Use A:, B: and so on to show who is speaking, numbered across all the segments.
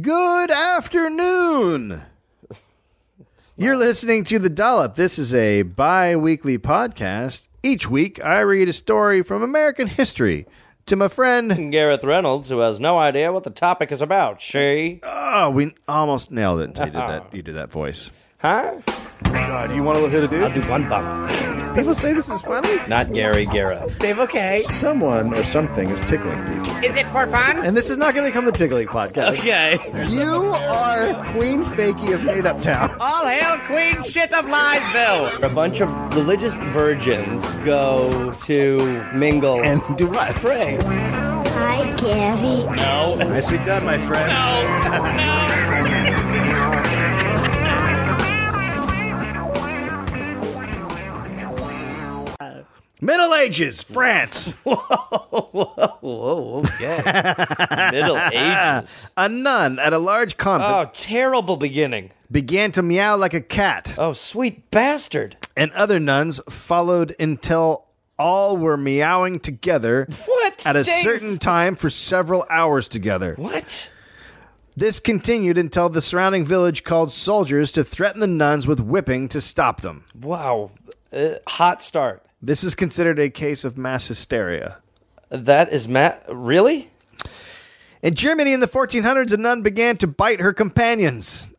A: Good afternoon. You're listening to The Dollop. This is a bi weekly podcast. Each week, I read a story from American history to my friend.
B: Gareth Reynolds, who has no idea what the topic is about. She?
A: Oh, we almost nailed it until you did that. You did that voice.
B: Huh?
A: God, you want to hit a
B: I'll do one bump.
A: People say this is funny.
B: Not Gary Gareth.
C: Dave, okay.
D: Someone or something is tickling people.
C: Is it for fun?
D: And this is not going to become the tickling podcast.
B: Okay.
D: You are Queen Fakey of Made Up Town.
C: All hail Queen Shit of Liesville.
B: A bunch of religious virgins go to mingle
D: And do what?
B: pray.
E: Hi, Gary.
D: Nicely done, my friend.
A: Middle Ages, France.
B: Whoa, okay. Middle Ages.
A: A nun at a large convent
B: Oh, terrible beginning.
A: began to meow like a cat,
B: Oh, sweet bastard.
A: and other nuns followed until all were meowing together
B: What?
A: at a
B: Dave?
A: certain time for several hours together.
B: What?
A: This continued until the surrounding village called soldiers to threaten the nuns with whipping to stop them.
B: Wow. Uh, hot start.
A: This is considered a case of mass hysteria.
B: That is Matt. Really?
A: In Germany in the 1400s, a nun began to bite her companions,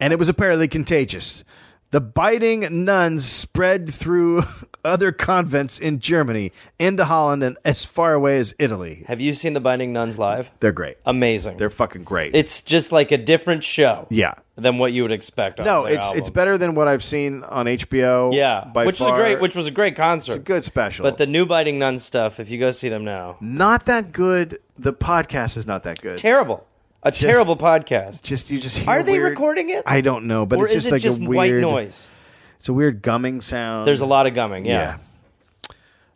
A: and it was apparently contagious. The biting nuns spread through other convents in Germany, into Holland, and as far away as Italy.
B: Have you seen The Binding Nuns live?
A: They're great.
B: Amazing.
A: They're fucking great.
B: it's just like a different show.
A: yeah.
B: than what you would expect. On
A: No,
B: their
A: it's it's
B: album.
A: better than what I've seen on HBO.
B: Yeah,
A: by
B: which is
A: far.
B: a great, which was a great concert.
A: good special.
B: But the new Biting Nun stuff, if you go see them now,
A: not that good. The podcast is not that good.
B: terrible, a terrible podcast.
A: just you just hear
B: Are they
A: weird-
B: recording it,
A: I don't know, but
B: or
A: it's just
B: is it
A: like
B: just
A: a
B: white
A: weird
B: noise?
A: It's a weird gumming sound.
B: There's a lot of gumming. Yeah.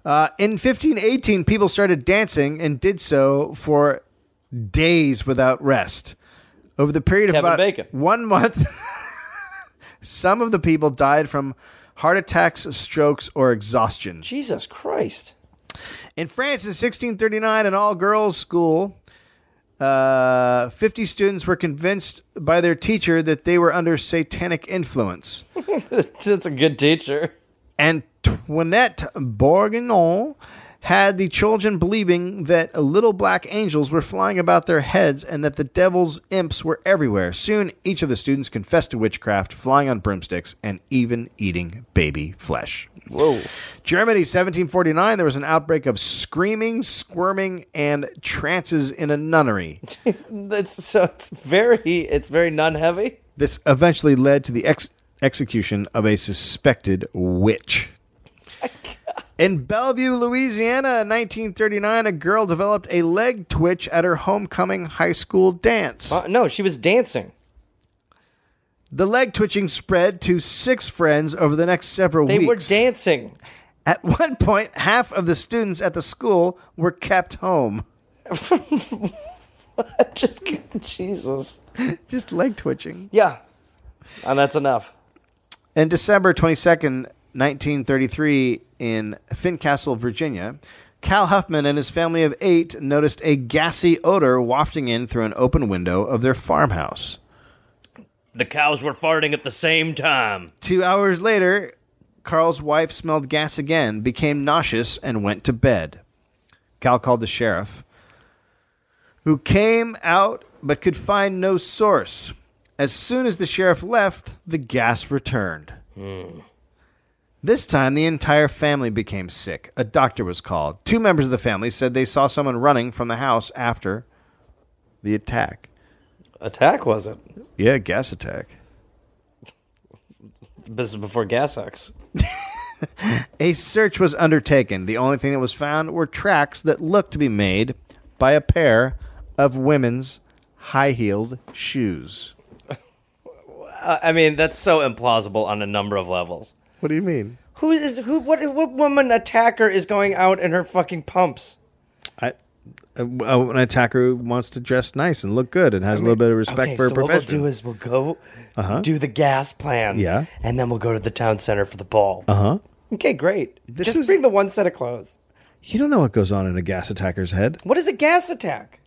A: Uh, in 1518, people started dancing and did so for days without rest. Over the period of
B: Kevin
A: about
B: Bacon.
A: one month, some of the people died from heart attacks, strokes, or exhaustion.
B: Jesus Christ.
A: In France in 1639, an all girls school, uh, 50 students were convinced by their teacher that they were under satanic influence.
B: That's a good teacher.
A: Antoinette Bourguignon had the children believing that little black angels were flying about their heads and that the devil's imps were everywhere. Soon, each of the students confessed to witchcraft, flying on broomsticks, and even eating baby flesh.
B: Whoa.
A: Germany, 1749, there was an outbreak of screaming, squirming, and trances in a nunnery.
B: That's so it's very it's very nun heavy.
A: This eventually led to the ex- execution of a suspected witch. In Bellevue, Louisiana, in 1939, a girl developed a leg twitch at her homecoming high school dance.
B: Uh, no, she was dancing.
A: The leg twitching spread to six friends over the next several
B: They
A: weeks.
B: were dancing.
A: At one point, half of the students at the school were kept home.
B: Just Jesus.
A: Just leg twitching.
B: Yeah. And that's enough.
A: In December 22nd, 1933, in Fincastle, Virginia, Cal Huffman and his family of eight noticed a gassy odor wafting in through an open window of their farmhouse.
B: The cows were farting at the same time.
A: Two hours later, Carl's wife smelled gas again, became nauseous, and went to bed. Cal called the sheriff, who came out but could find no source. As soon as the sheriff left, the gas returned. This time, the entire family became sick. A doctor was called. Two members of the family said they saw someone running from the house after the attack.
B: Attack was it?
A: Yeah, gas attack.
B: This is before gas sucks.
A: A search was undertaken. The only thing that was found were tracks that looked to be made by a pair of women's high heeled shoes.
B: Uh, I mean, that's so implausible on a number of levels.
A: What do you mean?
B: Who is who? What what woman attacker is going out in her fucking pumps?
A: I, a- a- an attacker who wants to dress nice and look good and has a little bit of respect
B: okay,
A: for
B: so
A: her
B: what
A: profession. Uh-huh.
B: we'll do is we'll go do the gas plan.
A: Yeah. Uh-huh.
B: and then we'll go to the town center for the ball. Uh huh. Okay, great.
A: This
B: Just
A: is-
B: bring the one set of clothes.
A: you don't know what goes on in a gas attacker's head.
B: What is a gas attack?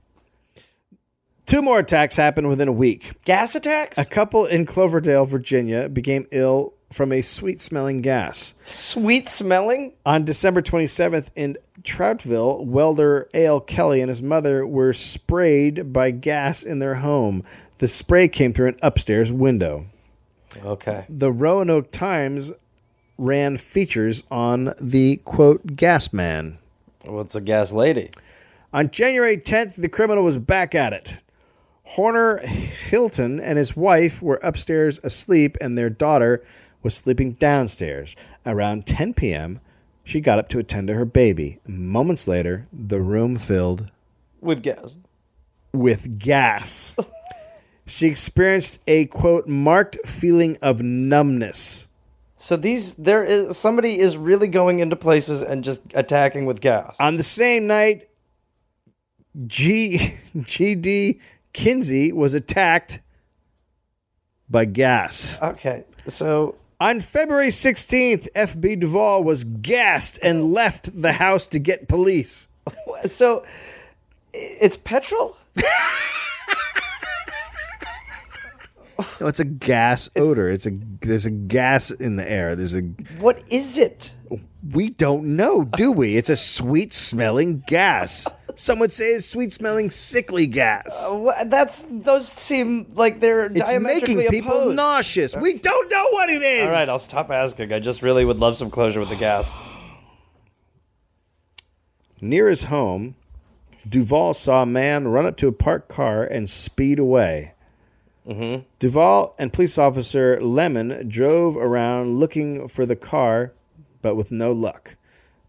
A: Two more attacks happened within a week.
B: Gas attacks?
A: A couple in Cloverdale, Virginia became ill from a sweet smelling gas.
B: Sweet smelling?
A: On December 27th in Troutville, welder Ale Kelly and his mother were sprayed by gas in their home. The spray came through an upstairs window.
B: Okay.
A: The Roanoke Times ran features on the quote gas man.
B: What's a gas lady?
A: On January 10th, the criminal was back at it. Horner Hilton and his wife were upstairs asleep, and their daughter was sleeping downstairs. Around 10 p.m., she got up to attend to her baby. Moments later, the room filled
B: With gas.
A: with gas. she experienced a quote, marked feeling of numbness.
B: So these there is somebody is really going into places and just attacking with gas.
A: On the same night, G GD Kinsey was attacked by gas.
B: okay. So
A: On February 16th, FB Duvall was gassed and left the house to get police.
B: so it's petrol?
A: No, it's a gas odor. It's a there's a gas in the air. There's a
B: What is it?
A: we don't know, do we? It's a sweet smelling gas. Some would say it's sweet smelling sickly gas.
B: Wha- That's those seem like they're
A: it's
B: Oh, diametrically
A: making people
B: opposed.
A: nauseous. We don't know what it is.
B: All right, I'll stop asking. I just really would love some closure with the gas.
A: Near his home, Duval saw a man run up to a parked car and speed away.
B: Mm-hmm.
A: Duval and police officer Lemon drove around looking for the car, but with no luck.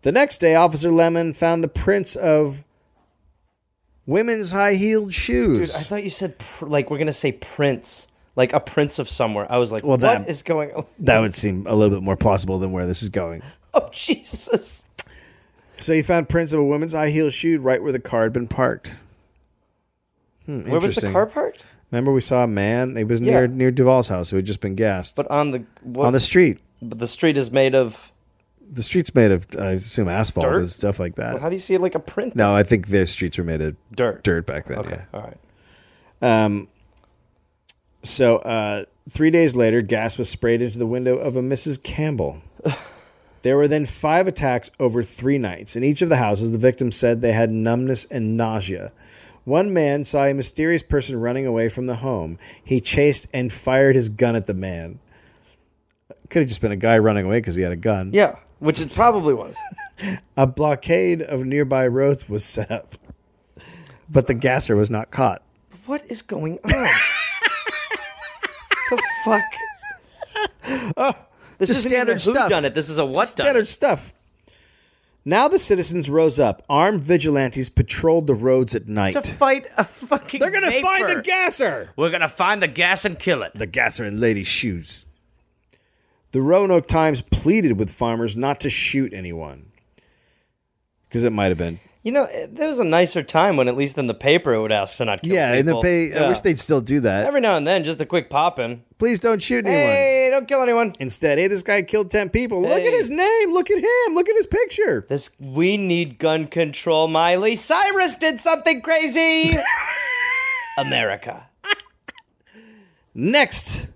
A: The next day, Officer Lemon found the prints of women's high heeled shoes.
B: Dude, I thought you said pr- like we're gonna say prince, like a prince of somewhere. I was like,
A: Well,
B: what is
A: that-
B: going? on?
A: that would seem a little bit more plausible than where this is going.
B: Oh Jesus!
A: So he found prints of a woman's high heeled shoe right where the car had been parked.
B: Where was the
A: Interesting.
B: car parked?
A: Remember, we saw a man. He was near
B: Yeah.
A: near Duval's house, who had just been gassed,
B: But on the what,
A: on the street.
B: but the street is made of.
A: the streets made of I assume asphalt
B: Dirt?
A: and stuff like that.
B: How do you see like a print?
A: no, I think their streets were made of
B: Dirt.
A: dirt back then.
B: Okay.
A: yeah.
B: All right.
A: So uh, three days later, gas was sprayed into the window of a Mrs. Campbell. there were then five attacks over three nights. In each of the houses, the victims said they had numbness and nausea. One man saw a mysterious person running away from the home. He chased and fired his gun at the man. Could have just been a guy running away because he had a gun.
B: Yeah, which it probably was.
A: A blockade of nearby roads was set up, but the gasser was not caught.
B: what is going on? the fuck? this
A: Just
B: is
A: standard stuff.
B: Done it. This is a what done.
A: Standard stuff. Now the citizens rose up. Armed vigilantes patrolled the roads at night.
B: to fight a fucking.
A: They're gonna find the
B: gas.
A: gasser.
C: We're gonna find the gas and kill it.
A: The gasser in ladies' shoes. The Roanoke Times pleaded with farmers not to shoot anyone because it might have been.
B: You know, it- there was a nicer time when at least in the paper it would ask to not kill
A: Yeah, and the
B: people.
A: pay. I
B: Yeah.
A: wish they'd still do that.
B: Every now and then, just a quick pop in.
A: Please don't shoot anyone.
B: Hey, don't kill anyone.
A: Instead, hey, this guy killed ten people. Look at
B: Hey.
A: his name. Look at him. Look at his picture.
B: This we need gun control, Miley. Cyrus did something crazy. America.
A: Next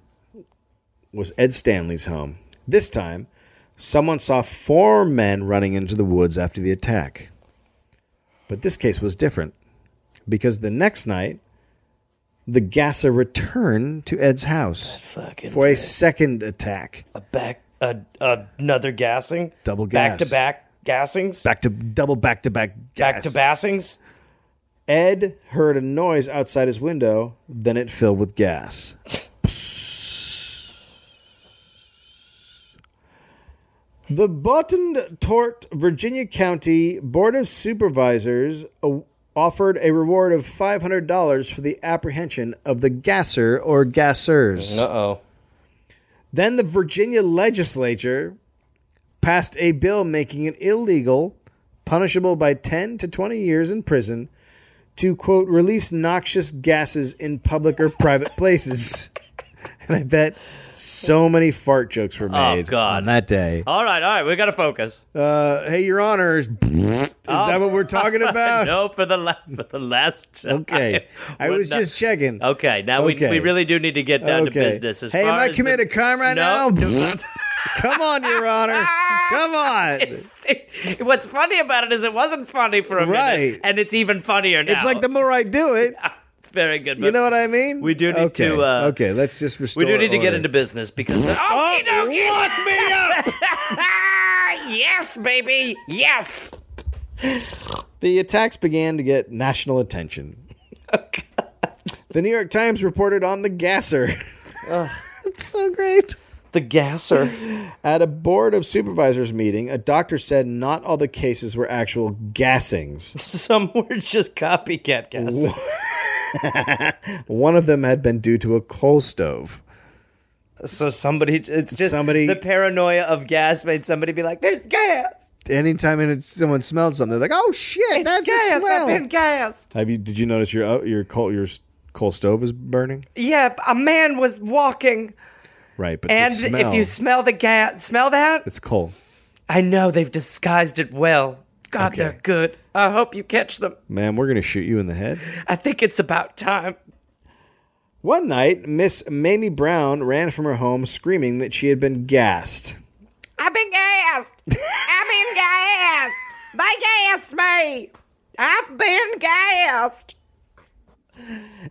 A: was Ed Stanley's home. This time, someone saw four men running into the woods after the attack. But this case was different because the next night, the gasser returned to Ed's house
B: Fucking
A: for a second attack.
B: a back a, another gassing.
A: Double
B: Back
A: gas.
B: to back gassings.
A: Back to double back to back gas.
B: Back to bassings.
A: Ed heard a noise outside his window, then it filled with gas. the Buttoned Tort Virginia County Board of Supervisors uh, offered a reward of $500 for the apprehension of the gasser or gassers.
B: Uh oh.
A: Then the Virginia legislature passed a bill making it illegal, punishable by 10 to 20 years in prison, to quote, release noxious gases in public or private places. And I bet so many fart jokes were made
B: Oh, God. Oh.
A: on that day.
B: All right, all right, we gotta focus.
A: Uh, hey, Your Honors. Is that what we're talking about?
B: Oh. no, for the la- for the last. Time.
A: Okay. I
B: We're
A: was
B: not-
A: just checking.
B: Okay, now
A: Okay.
B: we we really do need to get down to
A: Okay.
B: business. As
A: Hey, am
B: far
A: I
B: as
A: committing a crime right
B: No,
A: now?
B: no.
A: Come on, Your Honor. Come on. It's,
B: It's- it- what's funny about it is it wasn't funny for a
A: Right.
B: minute, and it's even funnier now.
A: like the more I do it,
B: it's very good.
A: you
B: but
A: know what I mean?
B: we do need
A: okay.
B: to, uh,
A: okay, let's just restore
B: we do need to get
A: order.
B: into business because.
A: Oh,
B: oh,
A: lock me up!
B: yes, baby, yes.
A: The attacks began to get national attention. the New York Times reported on the gasser. it's so great.
B: The gasser.
A: At a board of supervisors meeting, a doctor said not all the cases were actual gassings.
B: Some were just copycat gas.
A: One of them had been due to a coal stove.
B: So somebody, it's just
A: Somebody-
B: the paranoia of gas made somebody be like, "There's gas,
A: Anytime it- someone smelled something, they're like, "Oh shit,
B: it's
A: that's
B: gas,
A: a smell."
B: I've been gassed."
A: Have you? Did you notice your uh, your coal your s- coal stove is burning?
B: Yeah, a man was walking,
A: Right, but the
B: and if
A: smell,
B: you smell the gas, smell that.
A: it's coal.
B: I know they've disguised it well. God,
A: Okay.
B: they're good. I hope you catch them.
A: Man, we're gonna shoot you in the head.
B: I think it's about time.
A: One night, Miss Mamie Brown ran from her home screaming that she had been gassed.
F: I've been gassed. I've been gassed. They gassed me. I've been gassed.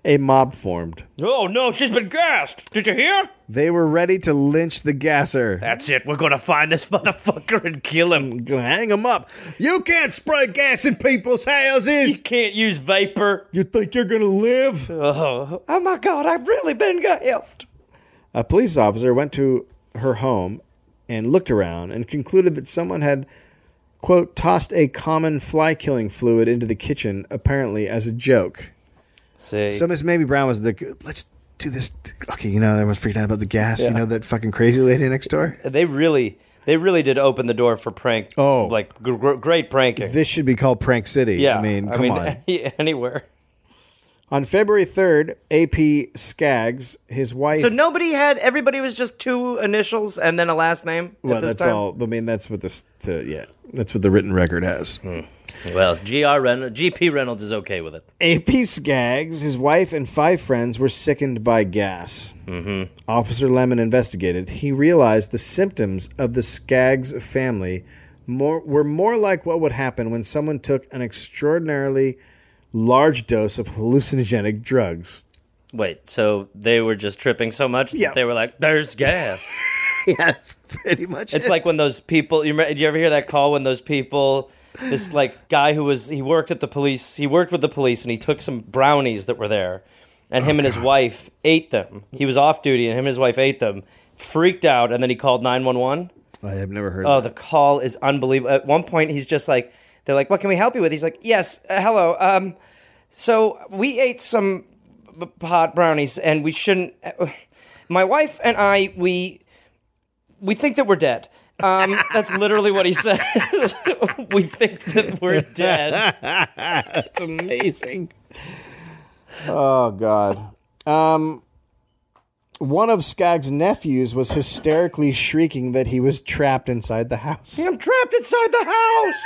A: A mob formed.
C: Oh no, she's been gassed. Did you hear?
A: They were ready to lynch the gasser.
C: That's it. We're gonna find this motherfucker and kill him.
A: Gonna hang them up. You can't spray gas in people's
B: You
A: houses.
B: can't use vapor.
A: You think you're gonna live?
B: Oh, oh my God, I've really been gassed.
A: A police officer went to her home and looked around and concluded that someone had, quote, tossed a common fly killing fluid into the kitchen, apparently as a joke.
B: See,
A: So Miss Mamie Brown was the let's do this. Okay, you know everyone's freaking out about the gas. You know that fucking crazy lady next door.
B: they really, they really did open the door for prank.
A: Oh.
B: like gr- gr- great pranking.
A: This should be called Prank City.
B: yeah,
A: I mean, come on.
B: anywhere.
A: On February third, AP Skaggs, his wife.
B: So nobody had. Everybody was just two initials and then a last name. at
A: Well,
B: this
A: that's
B: time?
A: all. I mean, that's what this. The, yeah, that's what the written record has.
B: Well, Gr Reynolds, GP Reynolds is okay with it.
A: AP Skaggs, his wife, and five friends were sickened by gas.
B: Mm-hmm.
A: Officer Lemon investigated. He realized the symptoms of the Skaggs family more, were more like what would happen when someone took an extraordinarily large dose of hallucinogenic drugs.
B: Wait, so they were just tripping so much
A: Yeah.
B: that they were like, "There's gas."
A: Yeah, that's pretty much
B: It's like when those people. You remember, did you ever hear that call when those people? This like guy who was he worked at the police. He worked with the police and he took some brownies that were there, and him and his wife ate them. He was off duty and him and his wife ate them. Freaked out and then he called nine one one.
A: I have never heard
B: Oh,
A: of
B: the call is unbelievable. At one point, he's just like, they're like, what can we help you with? He's like, yes, uh, hello. Um, so we ate some b- hot brownies and we shouldn't. uh, my wife and I, we we think that we're dead. Um, that's literally what he says. we think that we're dead.
A: That's amazing. oh God. Um, one of Skaggs' nephews was hysterically shrieking that he was trapped inside the house.
B: I'm trapped inside the house.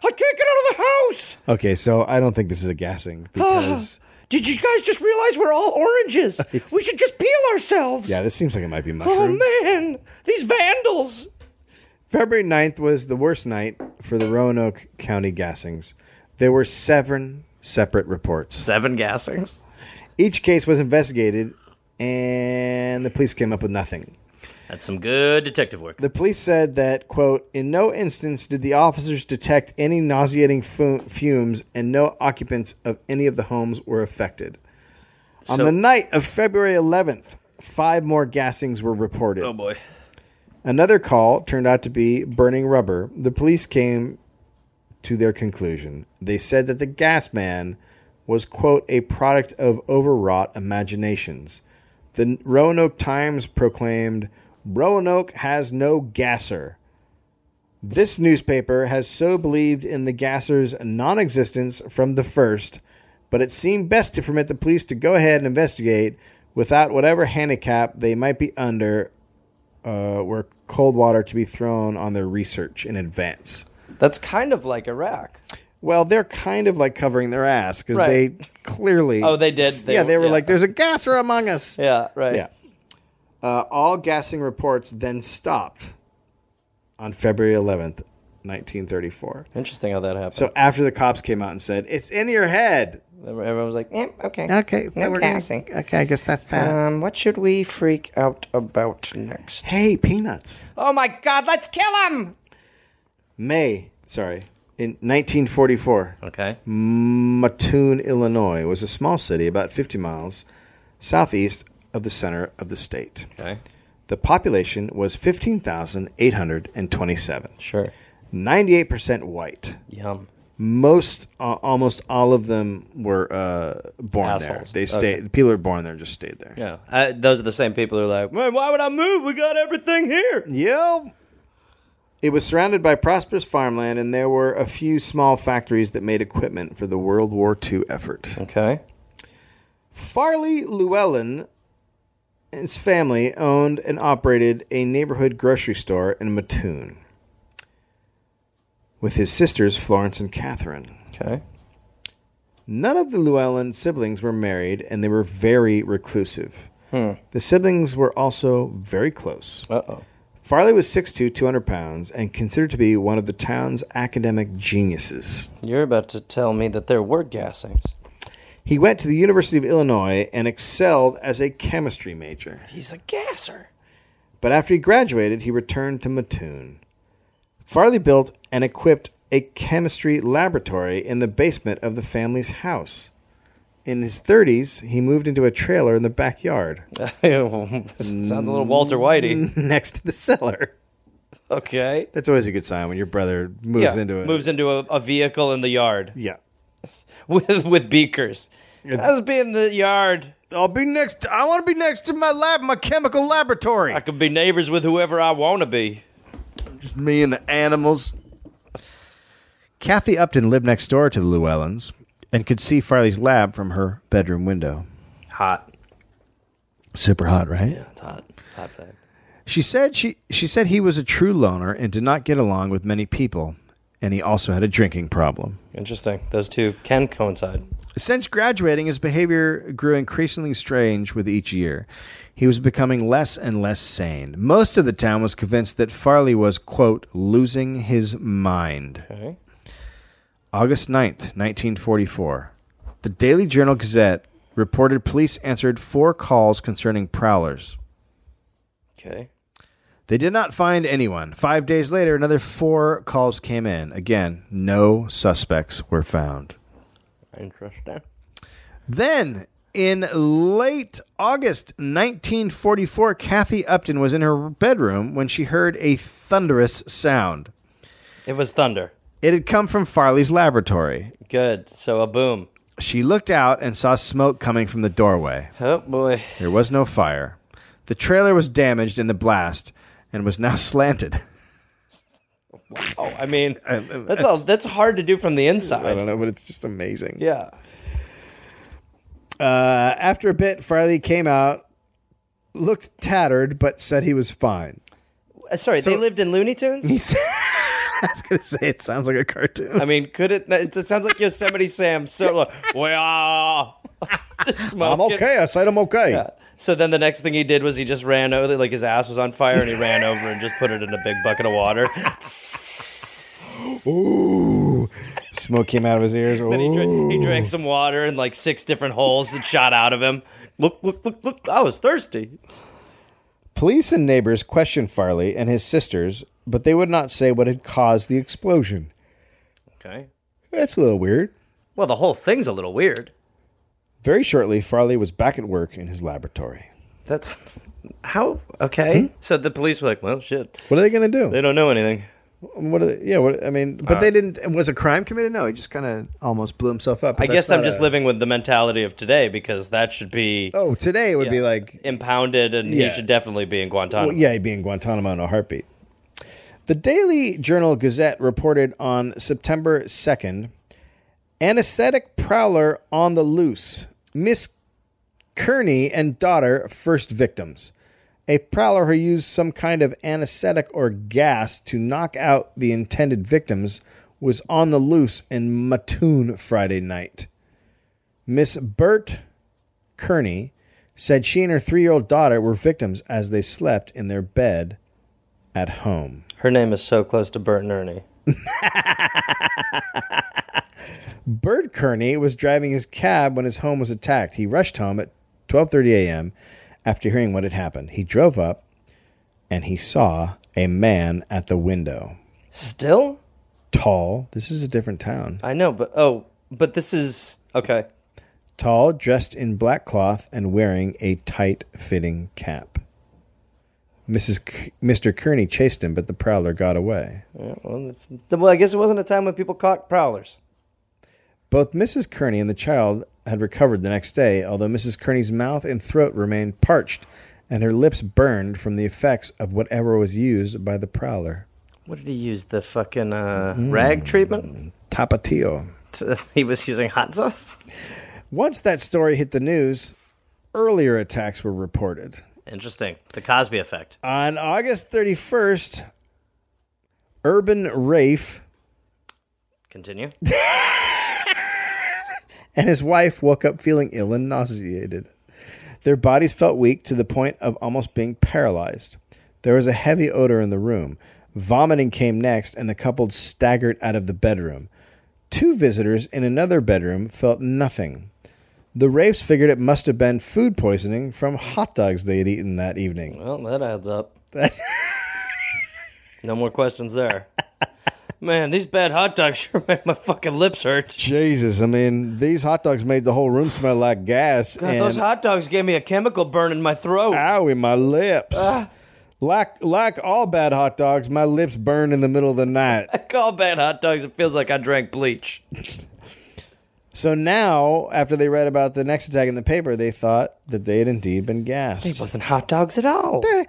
B: I can't get out of the house.
A: Okay, so I don't think this is a gassing because
B: Did you guys just realize we're all oranges? We should just peel ourselves.
A: yeah, this seems like it might be
B: Oh
A: mushroom.
B: man, these vandals.
A: February 9th was the worst night for the Roanoke County gassings. There were seven separate reports.
B: Seven gassings.
A: Each case was investigated and the police came up with nothing.
B: That's some good detective work.
A: The police said that, quote, in no instance did the officers detect any nauseating fu- fumes and no occupants of any of the homes were affected. On
B: So-
A: the night of February 11th, five more gassings were reported.
B: Oh boy.
A: Another call turned out to be burning rubber. The police came to their conclusion. They said that the gas man was, quote, a product of overwrought imaginations. The Roanoke Times proclaimed, Roanoke has no gasser. This newspaper has so believed in the gasser's non existence from the first, but it seemed best to permit the police to go ahead and investigate without whatever handicap they might be under, uh, were cold water to be thrown on their research in advance.
B: That's kind of like Iraq.
A: Well, they're kind of like covering their ass because
B: Right.
A: they clearly.
B: Oh, they did. They
A: yeah, they
B: were-
A: were
B: yeah.
A: like, "There's a gasser among us."
B: Yeah, right.
A: Yeah. Uh, all gassing reports then stopped on February 11th, 1934.
B: Interesting how that happened.
A: So after the cops came out and said, "It's in your head."
B: Everyone was like, eh, okay.
A: Okay,
B: No gassing.
A: okay, I guess that's that.
B: Um, what should we freak out about next?
A: hey, peanuts.
B: Oh my God, let's kill him!
A: May, sorry, in 1944.
B: Okay.
A: Mattoon, Illinois was a small city about 50 miles southeast of the center of the state.
B: Okay.
A: The population was 15,827,
B: Sure.
A: 98% white.
B: Yum.
A: Most, uh, almost all of them were uh, born
B: Assholes.
A: there. They
B: Okay.
A: stayed. People who were born there just stayed there.
B: Yeah. Uh, those are the same people who are like, man, why would I move? We got everything here.
A: Yep. It was surrounded by prosperous farmland, and there were a few small factories that made equipment for the World War II effort.
B: Okay.
A: Farley Llewellyn and his family owned and operated a neighborhood grocery store in Mattoon with his sisters Florence and Catherine.
B: Okay.
A: None of the Llewellyn siblings were married and they were very reclusive. The siblings were also very close.
B: Uh oh.
A: Farley was 6'2, 200 pounds, and considered to be one of the town's academic geniuses.
B: You're about to tell me that there were gassings.
A: He went to the University of Illinois and excelled as a chemistry major.
B: He's a gasser.
A: But after he graduated, he returned to Mattoon. Farley built and equipped a chemistry laboratory in the basement of the family's house. In his 30s, he moved into a trailer in the backyard
B: Sounds a little Walter Whitey.
A: next to the cellar.
B: Okay.
A: That's always a good sign when your brother moves
B: yeah.
A: into a
B: Moves into a, a vehicle in the yard
A: Yeah.
B: with with beakers. I was being in the yard.
A: I'll be next I want to be next to my lab, my chemical laboratory.
B: I could be neighbors with whoever I want to be.
A: me and the animals. Kathy Upton lived next door to the Llewellyns and could see Farley's lab from her bedroom window.
B: Hot.
A: Super hot, right?
B: That's hot. Hot fact.
A: She said she she said he was a true loner and did not get along with many people, and he also had a drinking problem.
B: Interesting. Those two can coincide.
A: Since graduating, his behavior grew increasingly strange with each year. He was becoming less and less sane. Most of the town was convinced that Farley was, quote, losing his mind.
B: Okay.
A: August 9th, 1944. The Daily Journal Gazette reported police answered four calls concerning prowlers.
B: Okay.
A: They did not find anyone. Five days later, another four calls came in. Again, no suspects were found.
B: Interesting.
A: Then, in late August 1944, Kathy Upton was in her bedroom when she heard a thunderous sound.
B: It was thunder.
A: It had come from Farley's laboratory.
B: Good. So a boom.
A: She looked out and saw smoke coming from the doorway.
B: Oh boy.
A: There was no fire. The trailer was damaged in the blast and was now slanted.
B: Oh, I mean, that's all. That's hard to do from the inside.
A: know, but it's just amazing.
B: Yeah.
A: Uh, after a bit, Farley came out, looked tattered, but said he was fine.
B: Uh, Sorry, they lived in Looney Tunes.
A: He said, I was going to say, it sounds like a cartoon.
B: I mean, could it? It sounds like Yosemite Sam. So well,
A: I'm okay. I said I'm okay.
B: So then the next thing he did was he just ran over, like his ass was on fire, and he ran over and just put it in a big bucket of water.
A: Ooh. Smoke came out of his ears.
B: Then he, dra- he
A: Ooh.
B: drank some water and like six different holes that shot out of him. Look, look, look, look! I was thirsty.
A: Police and neighbors questioned Farley and his sisters, but they would not say what had caused the explosion.
B: Okay.
A: That's a little weird.
B: Well, the whole thing's a little weird.
A: Very shortly, Farley was back at work in his laboratory.
B: That's how okay. So the police were like, "Well, shit,
A: What are they going to do?
B: they don't know anything."
A: What are they, yeah, what, I mean,
B: Uh,
A: but they didn't. Was a crime committed? No, he just kind of almost blew himself up.
B: I
A: but
B: guess
A: that's
B: I'm
A: not
B: just
A: a-
B: living with the mentality of today because that should be
A: Oh, today it would be
B: Yeah.
A: like,
B: impounded, and
A: Yeah.
B: he should definitely be in Guantanamo.
A: well, yeah, he'd be in Guantanamo in a heartbeat. The Daily Journal Gazette reported on September 2nd anesthetic prowler on the loose, misconduct Kearney and daughter first victims. A prowler who used some kind of anesthetic or gas to knock out the intended victims was on the loose in Mattoon Friday night. Miss Bert Kearney said she and her three year old daughter were victims as they slept in their bed at home.
B: Her name is so close to Bert and Ernie.
A: Bert Kearney was driving his cab when his home was attacked. He rushed home at 12:30 a.m. after hearing what had happened. He drove up and he saw a man at the window.
B: Still?
A: Tall, this is a different town.
B: I know, but oh, but this is okay.
A: Tall, dressed in black cloth and wearing a tight-fitting cap. Mrs. K- Mr. Kearney chased him, but the prowler got away.
B: Yeah, well, it's, well, I guess it wasn't a time when people caught prowlers.
A: Both Mrs. Kearney and the child had recovered the next day, although Mrs. Kearney's mouth and throat remained parched and her lips burned from the effects of whatever was used by the prowler.
B: What did he use? The fucking uh, rag treatment?
A: Tapatio.
B: he was using hot sauce?
A: Once that story hit the news, earlier attacks were reported.
B: Interesting. The Cosby effect.
A: On August 31st, Urban Rafe
B: Continue.
A: and his wife woke up feeling ill and nauseated. Their bodies felt weak to the point of almost being paralyzed. There was a heavy odor in the room. Vomiting came next, and the couple staggered out of the bedroom. Two visitors in another bedroom felt nothing. The Rafes figured it must have been food poisoning from hot dogs they had eaten that evening.
B: Well, that adds up. no more questions there. Man, these bad hot dogs sure make my fucking lips hurt.
A: Jesus, I mean, these hot dogs made the whole room smell like gas.
B: God, those hot dogs gave me a chemical burn in my throat.
A: Owie, my lips.
C: Ah.
A: Like like all bad hot dogs, my lips burn in the middle of the night.
B: I call bad hot dogs. It feels like I drank bleach.
A: So now, after they read about the next attack in the paper, they thought that they had indeed been gassed.
B: wasn't hot dogs at all.
C: Eh,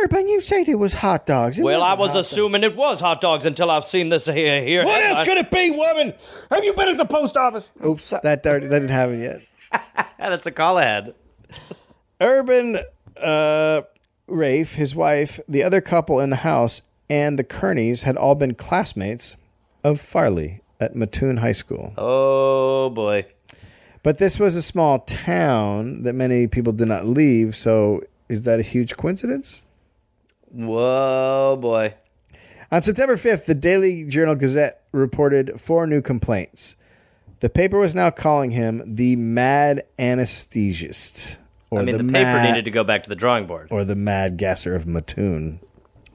A: Urban, you said it was hot dogs.
B: Well, I was assuming it was hot dogs until I've seen this here. here
C: What else
B: headline.
C: could it be, woman? Have you been at the post office?
A: Oops, that, that didn't happen yet.
B: Yeah, that's a call ahead.
A: Urban uh, Rafe, his wife, the other couple in the house, and the Kearneys had all been classmates of Farley at Mattoon High School.
B: Oh boy.
A: But this was a small town that many people did not leave, so is that a huge coincidence?
B: Whoa boy.
A: On September 5th, the Daily Journal Gazette reported four new complaints. The paper was now calling him the mad anesthesist. Or
B: I mean, the, paper
A: mad,
B: needed to go back to the drawing board.
A: Or the mad gasser of Mattoon.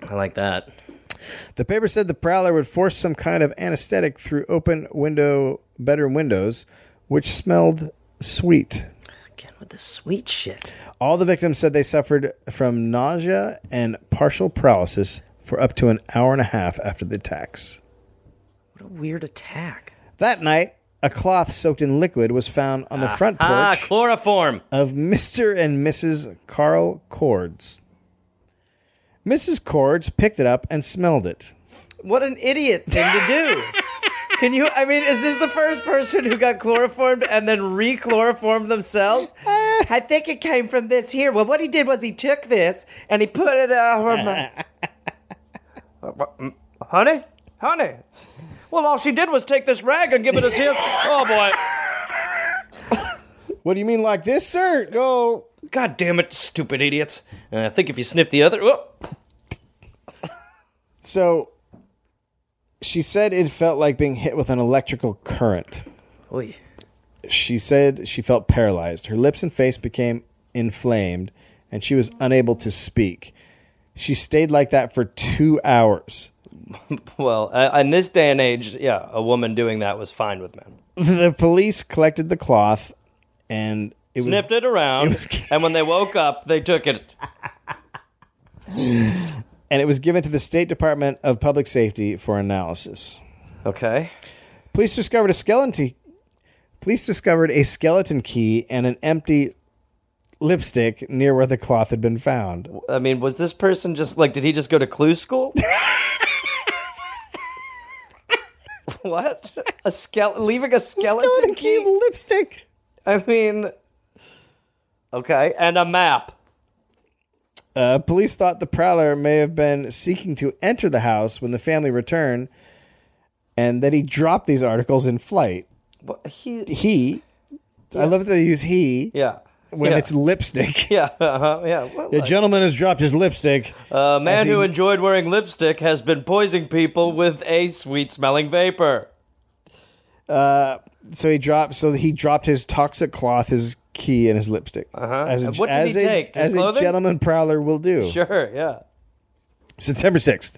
B: I like that.
A: The paper said the prowler would force some kind of anesthetic through open window bedroom windows, which smelled sweet.
B: Again with the sweet shit.
A: All the victims said they suffered from nausea and partial paralysis for up to an hour and a half after the attacks.
B: What a weird attack.
A: That night, a cloth soaked in liquid was found on the front porch
B: Ah, chloroform.
A: of Mr. and Mrs. Carl Cords. Mrs. Cords picked it up and smelled it.
B: What an idiot thing to do. Can you? I mean, is this the first person who got chloroformed and then re-chloroformed themselves? I think it came from this here. Well, what he did was he took this and he put it uh, over my. honey, honey. Well, all she did was take this rag and give it a seal. Oh boy!
A: What do you mean, like this, sir? Go.
B: God damn it, stupid idiots! And I think if you sniff the other, oh,
A: So she said it felt like being hit with an electrical current.
B: Oy.
A: She said she felt paralyzed. Her lips and face became inflamed, and she was unable to speak. She stayed like that for two hours.
B: well, uh, in this day and age, yeah, a woman doing that was fine with men.
A: The police collected the cloth, and it
B: sniffed it around,
A: it was-
B: and when they woke up, they took it.
A: was and it was given to the State Department of Public Safety for analysis.
B: Okay.
A: Police discovered a skeleton. Police discovered a skeleton key and an empty lipstick near where the cloth had been found.
B: I mean, was this person just like, did he just go to clue school? what? A skeleton? Leaving a skeleton,
A: Skeleton key
B: key?
A: lipstick.
B: I mean, Okay, and a map.
A: Uh, police thought the prowler may have been seeking to enter the house when the family returned, and that he dropped these articles in flight.
B: What- He,
A: He, I love that they use he
B: yeah.
A: when
B: yeah.
A: it's lipstick.
B: yeah, uh-huh, yeah. Well,
A: The gentleman has dropped his lipstick.
B: a man
A: he-
B: who enjoyed wearing lipstick has been poisoning people with a sweet-smelling vapor.
A: so he dropped. So he dropped his toxic cloth, his key, and his lipstick. Uh-huh. As a,
B: And what did he
A: as a-
B: take? His
A: as a
B: clothing?
A: gentleman prowler will do.
B: Sure, yeah.
A: September 6th.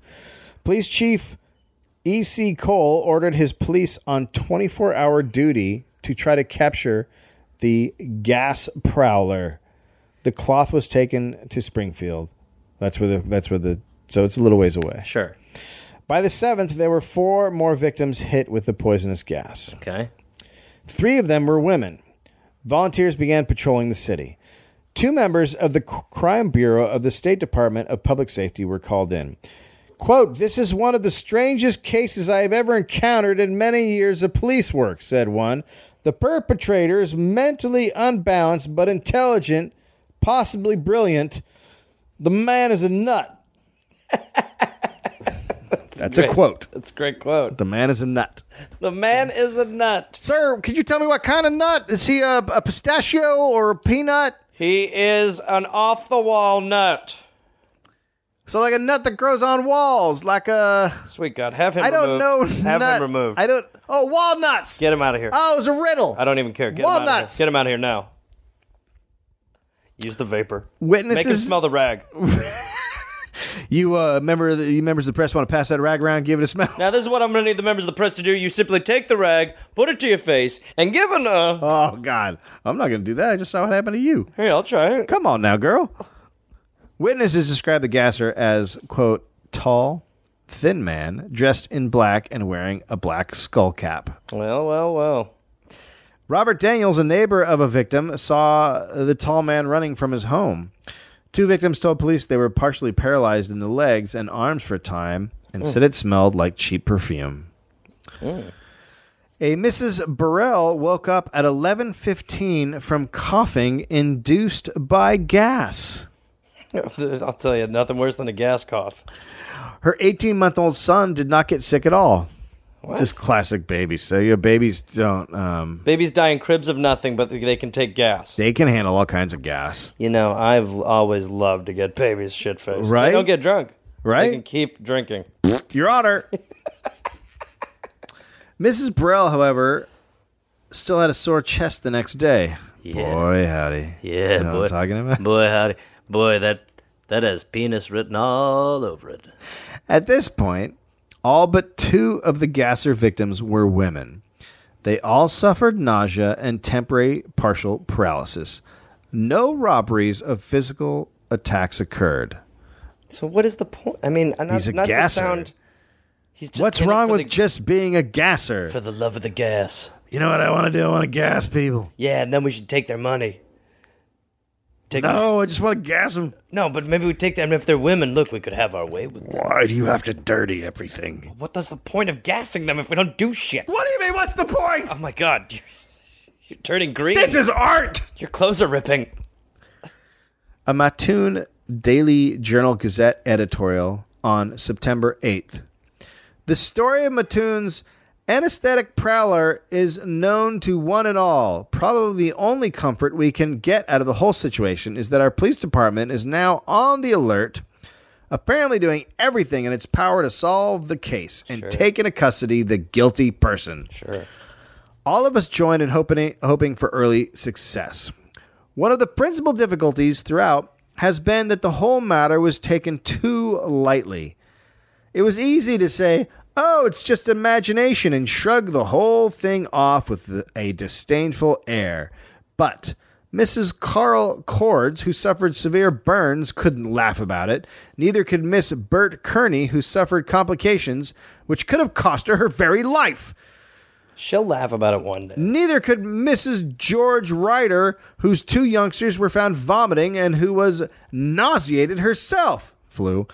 A: Police Chief E.C. Cole ordered his police on 24 hour duty to try to capture the gas prowler. The cloth was taken to Springfield. That's where the, that's where the, so it's a little ways away.
B: Sure.
A: By the 7th, there were four more victims hit with the poisonous gas.
B: Okay.
A: Three of them were women. Volunteers began patrolling the city. Two members of the C- Crime Bureau of the State Department of Public Safety were called in. Quote, This is one of the strangest cases I have ever encountered in many years of police work, said one. The perpetrator is mentally unbalanced but intelligent, possibly brilliant. The man is a nut. That's, a
B: great.
A: quote.
B: That's a great quote.
A: The man is a nut.
B: The man is a nut.
A: Sir, could you tell me what kind of nut? Is he a, a pistachio or a peanut?
B: He is an off the wall nut.
A: So like a nut that grows on walls, like a
B: Sweet God, have him
A: I don't
B: removed.
A: know.
B: Have
A: nut.
B: him removed.
A: I don't. Oh, walnuts.
B: Get him out of here.
A: Oh, it was a riddle.
B: I don't even care. Get him out of
A: Walnuts.
B: here. Get him out of here now. Use the vapor. Make him
A: Witnesses,
B: smell the rag.
A: you uh, member, the, you members of the press want to pass that rag around, give it a smell.
B: Now, this is what I'm going to need the members of the press to do. You simply take the rag, put it to your face, and give an. Uh,
A: Oh God, I'm not going to do that. I just saw what happened to you.
B: here, I'll try it.
A: Come on now, girl. Witnesses described the gasser as, quote, tall, thin man dressed in black and wearing a black skull cap.
B: Well, well, well.
A: Robert Daniels, a neighbor of a victim, saw the tall man running from his home. Two victims told police they were partially paralyzed in the legs and arms for a time and said it smelled like cheap perfume. A Mrs. Burrell woke up at 11:15 from coughing induced by gas.
B: I'll tell you, nothing worse than a gas cough.
A: Her 18-month-old son did not get sick at all. Just classic babies. So your babies don't um,
B: Babies die in cribs of nothing, but they can take gas.
A: they can handle all kinds of gas,
B: You know, I've always loved to get babies shit faced.
A: Right?
B: They don't get drunk. They
A: right?
B: can keep drinking.
A: Your Honor. Mrs. Burrell, however, still had a sore chest the next day. Boy, howdy.
B: Yeah,
A: You know what I'm talking about?
B: Boy, howdy. Boy, that that has penis written all over it.
A: At this point, all but two of the gasser victims were women. They all suffered nausea and temporary partial paralysis. No robberies of physical attacks occurred.
B: So what is the point? I mean, I'm not,
A: He's a
B: not to
A: gasser.
B: sound. He's just
A: What's
B: in it
A: wrong
B: for
A: with
B: the,
A: just being a gasser?
B: for the love of the gas?
A: you know what I want to do? I want to gas people.
B: Yeah, and then we should take their money. Take
A: No, I just want to gas them.
B: no, but maybe we take them if they're women. Look, we could have our way with them.
A: Why do you have to dirty everything?
B: What does the point of gassing them if we don't do shit?
A: What do you mean? What's the point?
B: Oh my god, you're, you're turning green.
A: This is art.
B: Your clothes are ripping.
A: A Mattoon Daily Journal Gazette editorial on September 8th. The story of Mattoon's anesthetic prowler is known to one and all. Probably the only comfort we can get out of the whole situation is that our police department is now on the alert, apparently doing everything in its power to solve the case and take into custody the guilty person.
B: Sure.
A: All of us join in hoping, hoping for early success. One of the principal difficulties throughout has been that the whole matter was taken too lightly. It was easy to say, oh, it's just imagination, and shrug the whole thing off with the- a disdainful air. But Mrs. Carl Cords, who suffered severe burns, couldn't laugh about it. Neither could Miss Bert Kearney, who suffered complications which could have cost her her very life.
B: She'll laugh about it one day.
A: Neither could Mrs. George Ryder, whose two youngsters were found vomiting and who was nauseated herself. Flu.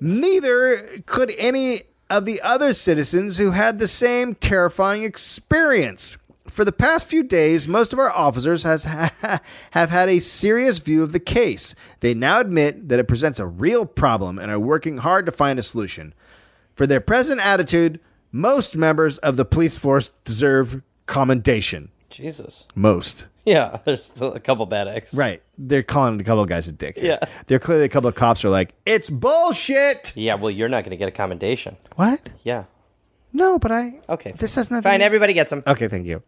A: Neither could any of the other citizens who had the same terrifying experience. For the past few days, most of our officers has have had a serious view of the case. They now admit that it presents a real problem and are working hard to find a solution. For their present attitude, most members of the police force deserve commendation.
B: Jesus.
A: Most.
B: Yeah, there's still a couple bad eggs.
A: Right. They're calling a couple of guys a dick. here.
B: Yeah.
A: They're clearly a couple of cops are like, it's bullshit.
B: Yeah, well, you're not going to get a commendation.
A: What?
B: Yeah.
A: No, but I.
B: Okay.
A: This has nothing.
B: Fine, everybody gets them.
A: Okay, thank you.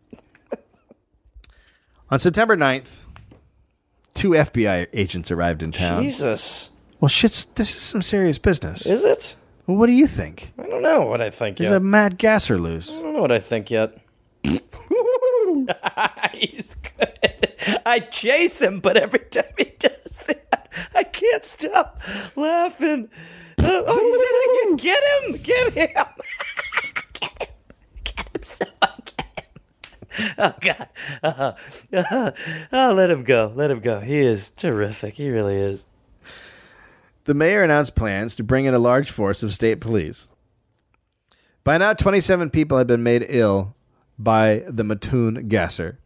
A: On September 9th, two FBI agents arrived in town.
B: Jesus.
A: Well, shit's. This is some serious business.
B: Is it?
A: Well, what do you think?
B: I don't know what I think
A: Is
B: yet.
A: a mad gasser loose?
B: I don't know what I think yet. He's good. I chase him, but every time he does that, I can't stop laughing. Uh, oh, he said I can get him! Get him! get him! Get him so I get him. Oh, God. Uh, uh, oh, let him go. Let him go. He is terrific. He really is.
A: The mayor announced plans to bring in a large force of state police. By now, 27 people had been made ill by the Mattoon gasser.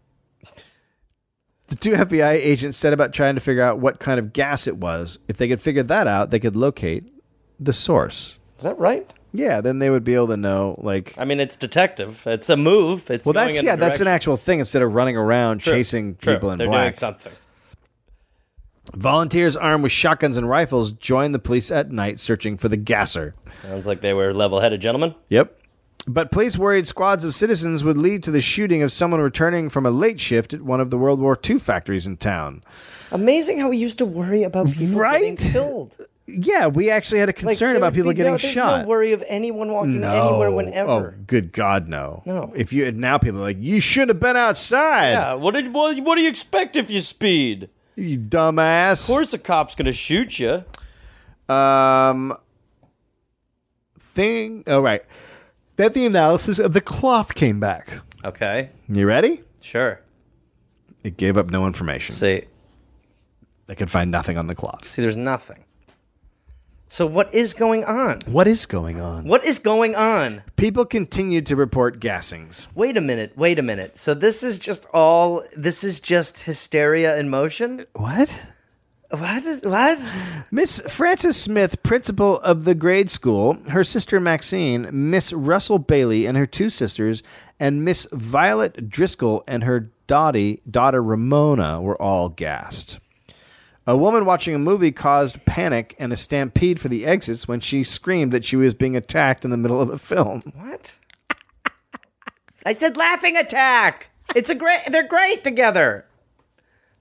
A: The two FBI agents set about trying to figure out what kind of gas it was. If they could figure that out, they could locate the source.
B: Is that right?
A: Yeah, then they would be able to know, like,
B: I mean, it's detective. It's a move. It's
A: well,
B: going
A: that's
B: in
A: yeah,
B: the
A: that's an
B: direction-
A: actual thing instead of running around
B: True,
A: chasing
B: true.
A: people in
B: They're doing
A: black.
B: something.
A: Volunteers armed with shotguns and rifles joined the police at night searching for the gasser.
B: Sounds like they were level-headed gentlemen.
A: Yep. But police worried squads of citizens would lead to the shooting of someone returning from a late shift at one of the World War II factories in town.
B: Amazing how we used to worry about people
A: Right?
B: getting killed. Like,
A: Yeah, we actually had a concern
B: there
A: about
B: would
A: people
B: be
A: getting
B: no, there's
A: shot.
B: No worry of anyone walking anywhere, whenever.
A: Oh, good God, no.
B: No.
A: If you now people are like, you should have been outside,
B: Yeah. Uh, What did what, what do you expect if you speed? Of
A: you dumbass.
B: course, the cop's gonna shoot you.
A: Um, thing. All right. Then the analysis of the cloth came back.
B: Okay.
A: You ready?
B: Sure.
A: It gave up no information.
B: See,
A: They could find nothing on the cloth.
B: see, there's nothing. So what is going on?
A: What is going on?
B: What is going on?
A: People continued to report gassings.
B: Wait a minute. Wait a minute. So this is just all. This is just hysteria in motion.
A: What?
B: What? is- What?
A: Miss Frances Smith, principal of the grade school, her sister Maxine, Miss Russell Bailey and her two sisters, and Miss Violet Driscoll and her dotty, daughter Ramona were all gassed. A woman watching a movie caused panic and a stampede for the exits when she screamed that she was being attacked in the middle of a film.
B: What? I said laughing attack. It's a great. They're great together.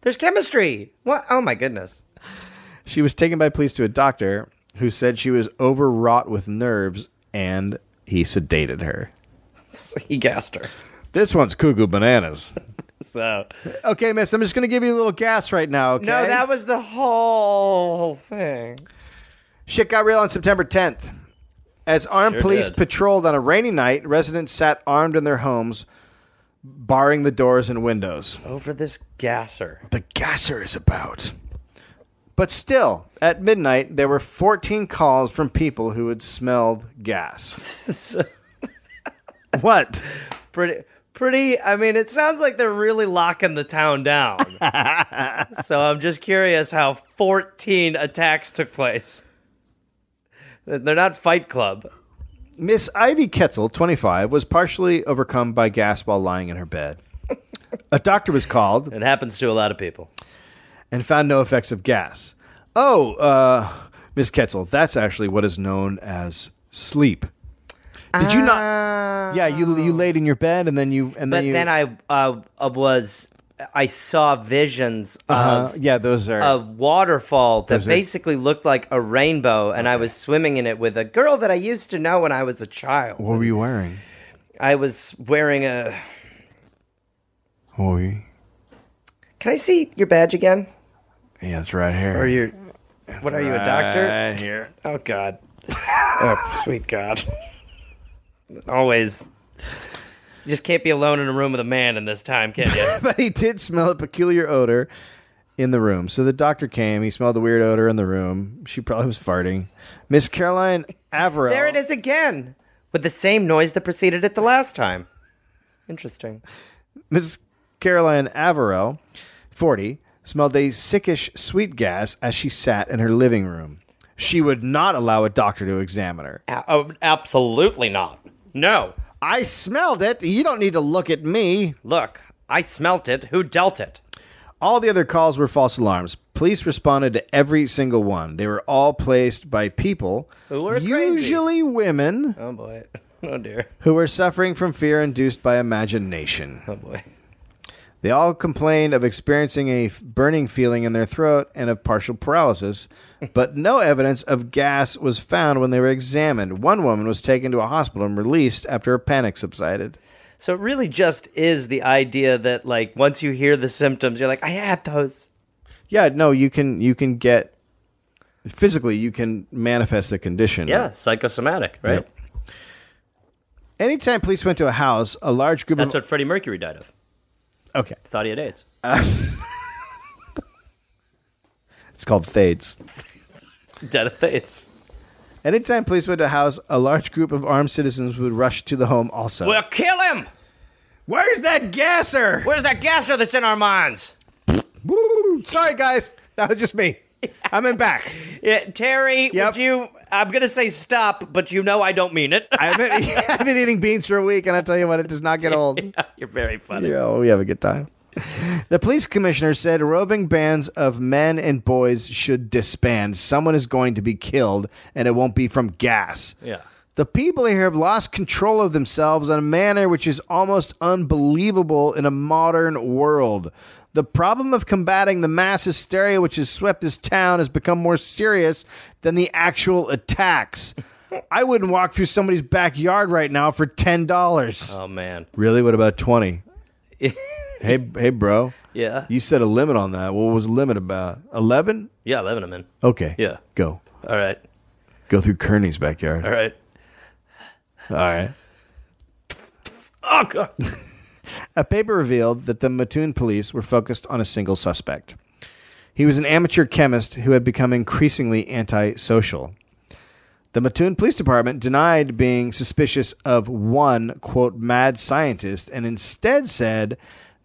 B: There's chemistry. What? Oh my goodness.
A: She was taken by police to a doctor who said she was overwrought with nerves and he sedated her.
B: He gassed her.
A: This one's cuckoo bananas.
B: So
A: Okay, miss, I'm just going to give you a little gas right now, okay?
B: no, that was the whole thing.
A: Shit got real on September 10th. As armed
B: Sure
A: police
B: did.
A: patrolled on a rainy night, residents sat armed in their homes, barring the doors and windows.
B: Over this gasser.
A: the gasser is about. But still, at midnight, there were 14 calls from people who had smelled gas. what?
B: Pretty. Pretty. I mean, it sounds like they're really locking the town down. so I'm just curious how 14 attacks took place. They're not Fight Club.
A: Miss Ivy Ketzel, 25, was partially overcome by gas while lying in her bed. A doctor was called
B: It happens to a lot of people.
A: and found no effects of gas. Oh, uh, Miss Ketzel, that's actually what is known as sleep. Did you not? Yeah, you you laid in your bed and then you and then
B: Ah. But
A: you.
B: then I uh, uh, was I saw visions
A: uh,
B: of
A: yeah, those are
B: a waterfall that
A: Those are-
B: basically looked like a rainbow, and I was swimming in it with a girl that I used to know when I was a child.
A: What were you wearing?
B: I was wearing a.
A: What were you?
B: Can I see your badge again?
A: Yeah, it's right
B: Or
A: here.
B: your? what are you, a doctor?
A: Right here.
B: Oh God! oh, sweet God! Always. You just can't be alone in a room with a man in this time, can you?
A: But he did smell a peculiar odor in the room. So the doctor came. He smelled the weird odor in the room. She probably was farting. Miss Caroline Averill.
B: there it is again, with the same noise that preceded it the last time. Interesting.
A: Miss Caroline Averill, 40, smelled a sickish sweet gas as she sat in her living room. She would not allow a doctor to examine her.
F: A- oh, absolutely not. No.
A: I smelled it. You don't need to look at me.
F: Look, I smelt it. Who dealt it?
A: All the other calls were false alarms. Police responded to every single one. They were all placed by people,
F: Who were crazy.
A: usually women,
F: Oh boy. Oh dear.
A: who were suffering from fear induced by imagination.
F: Oh boy.
A: They all complained of experiencing a f- burning feeling in their throat and of partial paralysis, but no evidence of gas was found when they were examined. One woman was taken to a hospital and released after her panic subsided.
F: So it really just is the idea that like once you hear the symptoms, you're like, I had those.
A: Yeah, no, you can you can get physically you can manifest a condition.
F: Yeah, psychosomatic, right?
A: Yep. Anytime police went to a house, a large group
F: That's
A: of
F: what Freddie Mercury died of.
A: okay,
F: Thought he had AIDS.
A: it's called Thades.
F: Dead of AIDS.
A: Anytime police went to a house, a large group of armed citizens would rush to the home. Also,
F: We'll kill him.
A: where's that gasser?
F: Where's that gasser that's in our minds?
A: Woo! Sorry, guys. That was just me. I'm in back.
F: Yeah, Terry,
A: Yep.
F: would you? I'm gonna say stop, but you know I don't mean it.
A: I've been, I've been eating beans for a week, and I tell you what, it does not get old.
F: You're very funny.
A: Yeah, well, we have a good time. The police commissioner said roving bands of men and boys should disband. Someone is going to be killed, and it won't be from gas.
F: Yeah.
A: The people here have lost control of themselves in a manner which is almost unbelievable in a modern world. The problem of combating the mass hysteria which has swept this town has become more serious than the actual attacks. I wouldn't walk through somebody's backyard right now for ten dollars.
F: Oh man.
A: Really? What about twenty? hey, hey, bro.
F: Yeah.
A: You said a limit on that. What was the limit about? Eleven?
F: Yeah, living him in.
A: Okay.
F: Yeah.
A: Go.
F: All right.
A: Go through Kearney's backyard.
F: All right.
A: All right.
F: Oh god.
A: A paper revealed that the Mattoon police were focused on a single suspect. He was an amateur chemist who had become increasingly antisocial. The Mattoon Police Department denied being suspicious of one, quote, mad scientist and instead said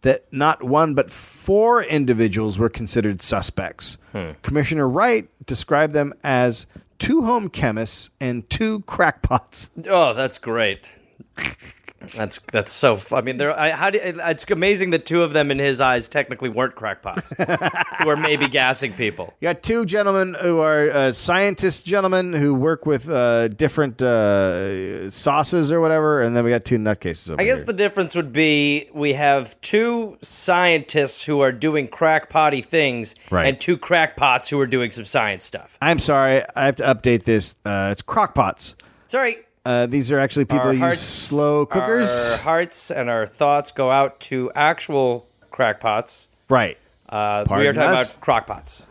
A: that not one but four individuals were considered suspects. Commissioner Wright described them as two home chemists and two crackpots.
F: Oh, that's great. That's that's so. Fu- I mean, there. I, how do, it's amazing that two of them in his eyes technically weren't crackpots, who are maybe gassing people.
A: You got two gentlemen who are uh, scientist gentlemen who work with uh, different uh, sauces or whatever, and then we got two nutcases over
F: I guess
A: here.
F: the difference would be we have two scientists who are doing crackpotty things,
A: Right.
F: and two crackpots who are doing some science stuff.
A: I'm sorry, I have to update this. Uh, it's crockpots.
F: Sorry.
A: Uh, these are actually people
F: Our
A: who use
F: hearts-
A: slow cookers.
F: Our hearts and our thoughts go out to actual crackpots.
A: Right.
F: Uh, we
A: Pardon
F: are talking
A: us?
F: about crockpots.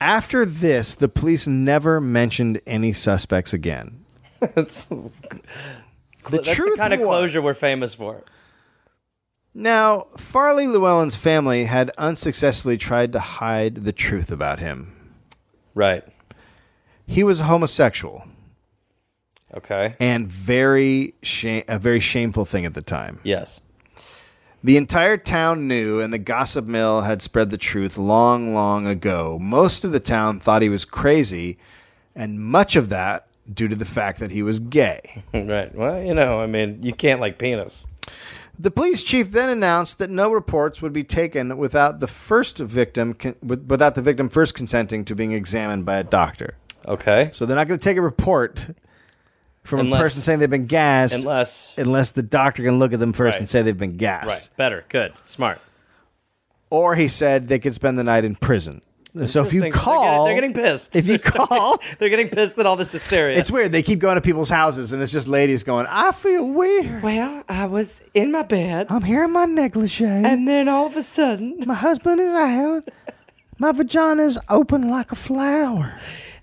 A: After this, the police never mentioned any suspects again.
F: that's
A: The
F: that's the
A: truth
F: kind of
A: was-
F: closure we're famous for.
A: Now, Farley Llewellyn's family had unsuccessfully tried to hide the truth about him.
F: Right.
A: He was homosexual.
F: Okay.
A: and very shame, a very shameful thing at the time.
F: Yes.
A: The entire town knew, and the gossip mill had spread the truth long, long ago. Most of the town thought he was crazy, and much of that due to the fact that he was gay.
F: Right. Well, you know, I mean, you can't like penis.
A: The police chief then announced that no reports would be taken without the first victim con- with- without the victim first consenting to being examined by a doctor.
F: Okay.
A: So they're not going to take a report from
F: Unless-
A: a person saying they've been gassed
F: Unless.
A: unless the doctor can look at them first
F: Right.
A: and say they've been gassed.
F: Right. Better. Good. Smart.
A: or he said they could spend the night in prison. So if you
F: Interesting. They're getting-
A: call,
F: they're getting pissed.
A: If you call,
F: They're getting pissed at all this hysteria.
A: it's weird. They keep going to people's houses, and it's just ladies going, "I feel weird.
F: well, I was in my bed,
A: I'm here in my negligee.
F: and then all of a sudden,
A: my husband is out. My vagina's open like a flower.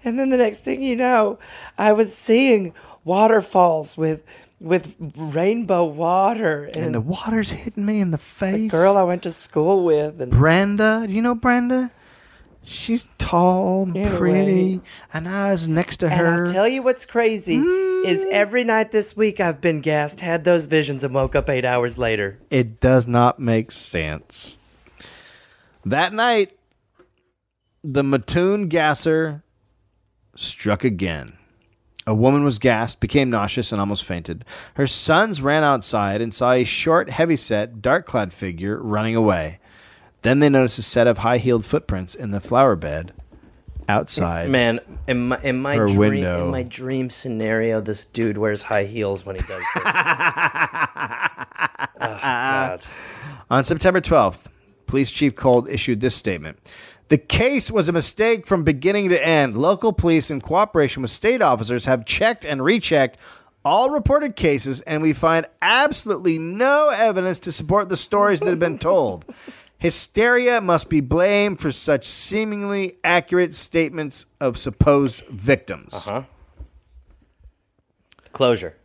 F: and then the next thing you know, I was seeing waterfalls with with rainbow water, and,
A: And the water's hitting me in the face."
F: girl I went to school with, and
A: Brenda, do you know Brenda? She's tall, and
F: Yeah,
A: pretty,
F: right.
A: and I was next to
F: And
A: her. Mm.
F: I'll tell you what's crazy
B: is every night this week I've been gassed, had those visions, and woke up eight hours later.
A: It does not make sense. That night, the Mattoon gasser struck again. A woman was gassed, became nauseous, and almost fainted. Her sons ran outside and saw a short, heavyset, dark clad figure running away. Then they noticed a set of high heeled footprints in the flower bed outside.
B: Man, in my in my
A: Her
B: dream
A: window.
B: in my dream scenario, this dude wears high heels when he does this. oh, God.
A: On September 12th, Police Chief Cold issued this statement. The case was a mistake from beginning to end. Local police, in cooperation with state officers, have checked and rechecked all reported cases, and we find absolutely no evidence to support the stories that have been told. Hysteria must be blamed for such seemingly accurate statements of supposed victims.
B: Closure.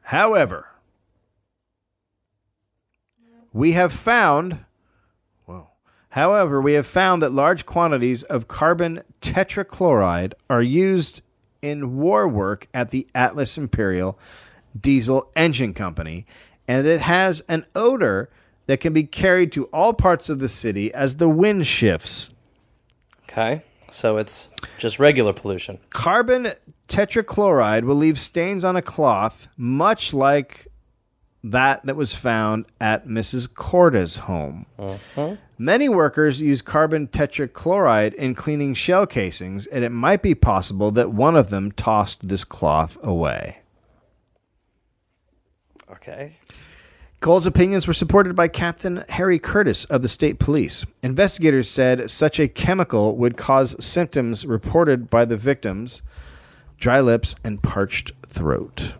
A: However, we have found, well, however, we have found that large quantities of carbon tetrachloride are used in war work at the Atlas Imperial Diesel Engine Company, and it has an odor that can be carried to all parts of the city as the wind shifts.
B: Okay. So it's just regular pollution.
A: Carbon tetrachloride will leave stains on a cloth, much like that that was found at Mrs. Corda's home. Many workers use carbon tetrachloride in cleaning shell casings, and it might be possible that one of them tossed this cloth away.
B: Okay.
A: Cole's opinions were supported by Captain Harry Curtis of the state police. Investigators said such a chemical would cause symptoms reported by the victims dry lips and parched throat.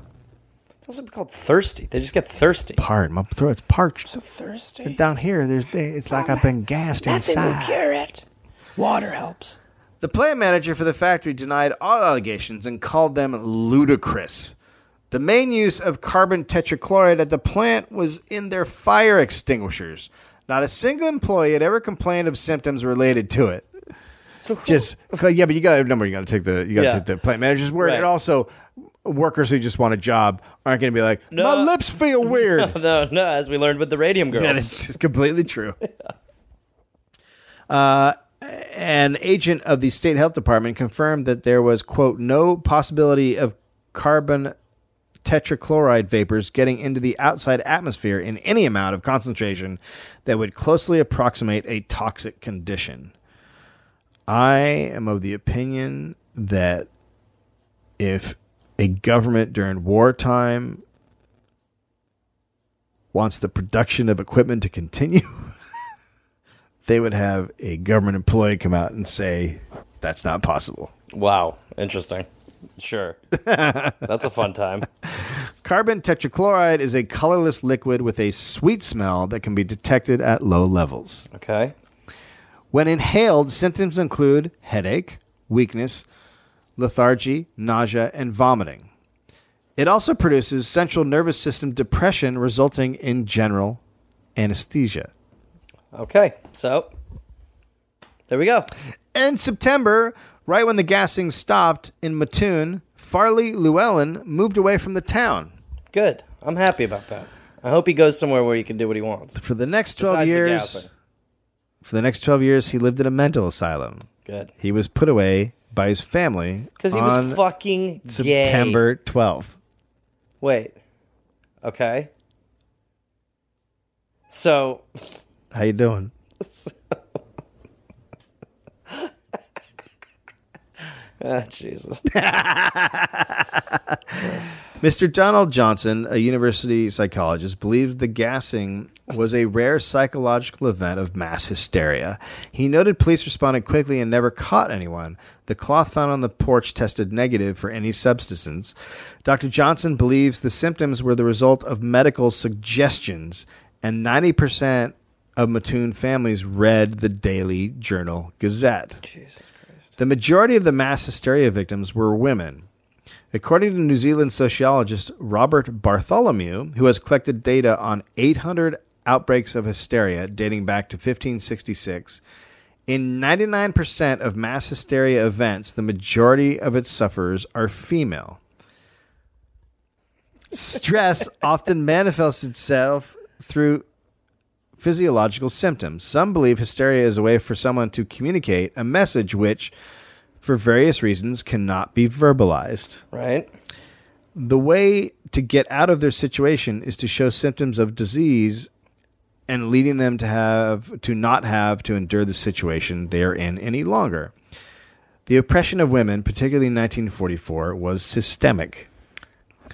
B: It's also called thirsty. They just get thirsty.
A: Hard, my throat's parched.
B: Thirsty.
A: Down here, there's it's like I've been gassed
B: cure it. Water helps.
A: The plant manager for the factory denied all allegations and called them ludicrous. The main use of carbon tetrachloride at the plant was in their fire extinguishers. Not a single employee had ever complained of symptoms related to it.
B: So who,
A: Just yeah, but you got to remember you got to take the you got to
B: Yeah.
A: take the plant manager's word,
B: Right.
A: and also workers who just want a job aren't going to be like my
B: No.
A: lips feel weird.
B: no, no, as we learned with the radium girls.
A: That is just completely true. Uh, an agent of the state health department confirmed that there was, quote, no possibility of carbon tetrachloride vapors getting into the outside atmosphere in any amount of concentration that would closely approximate a toxic condition. I am of the opinion that if a government during wartime wants the production of equipment to continue, they would have a government employee come out and say, that's not possible.
B: Wow. Interesting. Sure. That's a fun time.
A: Carbon tetrachloride is a colorless liquid with a sweet smell that can be detected at low levels.
B: Okay.
A: When inhaled, symptoms include headache, weakness, lethargy, nausea, and vomiting. It also produces central nervous system depression, resulting in general anesthesia.
B: Okay. So there we go.
A: In September, right when the gassing stopped in Mattoon, Farley Llewellyn moved away from the town.
B: Good. I'm happy about that. I hope he goes somewhere where he can do what he wants.
A: For the next 12
B: Besides the
A: years,
B: gassing.
A: for the next 12 years he lived in a mental asylum.
B: Good.
A: He was put away by his family
B: Because he
A: on
B: was fucking gay.
A: September 12th.
B: Wait. Okay. So
A: How you doing?
B: Ah, Jesus.
A: Mr. Donald Johnson, a university psychologist, believes the gassing was a rare psychological event of mass hysteria. He noted police responded quickly and never caught anyone. The cloth found on the porch tested negative for any substances. Dr. Johnson believes the symptoms were the result of medical suggestions, and 90% of Mattoon families read the Daily Journal Gazette. The majority of the mass hysteria victims were women. According to New Zealand sociologist Robert Bartholomew, who has collected data on 800 outbreaks of hysteria dating back to 1566, In 99% of mass hysteria events, the majority of its sufferers are female. Stress often manifests itself through physiological symptoms. Some believe hysteria is a way for someone to communicate a message which, for various reasons, cannot be verbalized.
B: Right?
A: The way to get out of their situation is to show symptoms of disease and leading them to have to not have to endure the situation they are in any longer. The oppression of women, particularly in 1944, was systemic.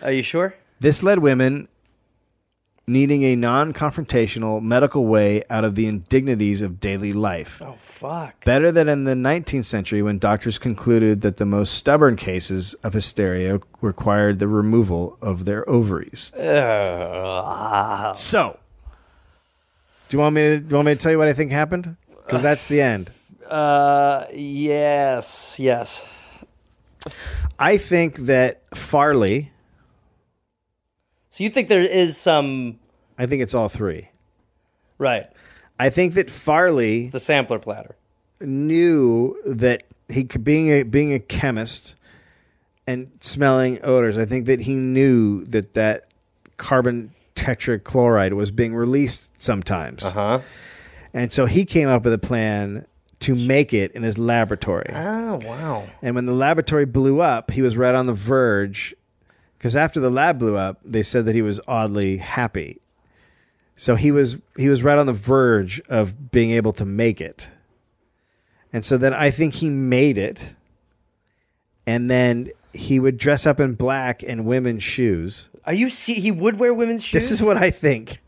B: Are you sure?
A: This led women needing a non-confrontational medical way out of the indignities of daily life.
B: Oh fuck.
A: Better than in the 19th century when doctors concluded that the most stubborn cases of hysteria required the removal of their ovaries. So, do you want me to do you want me to tell you what I think happened? Cuz that's the end.
B: Uh, yes, yes.
A: I think that Farley,
B: So you think there is some
A: I think it's all three.
B: right?
A: I think that Farley
B: The sampler platter.
A: knew that he could being a being a chemist and smelling odors. I think that he knew that that carbon tetrachloride was being released sometimes,
B: Huh?
A: and so he came up with a plan to make it in his laboratory.
B: Oh wow.
A: And when the laboratory blew up, he was right on the verge. Because after the lab blew up, they said that he was oddly happy. So he was he was right on the verge of being able to make it. And so then I think he made it. And then he would dress up in black and women's shoes.
B: Are you see? He would wear women's shoes.
A: This is what I think.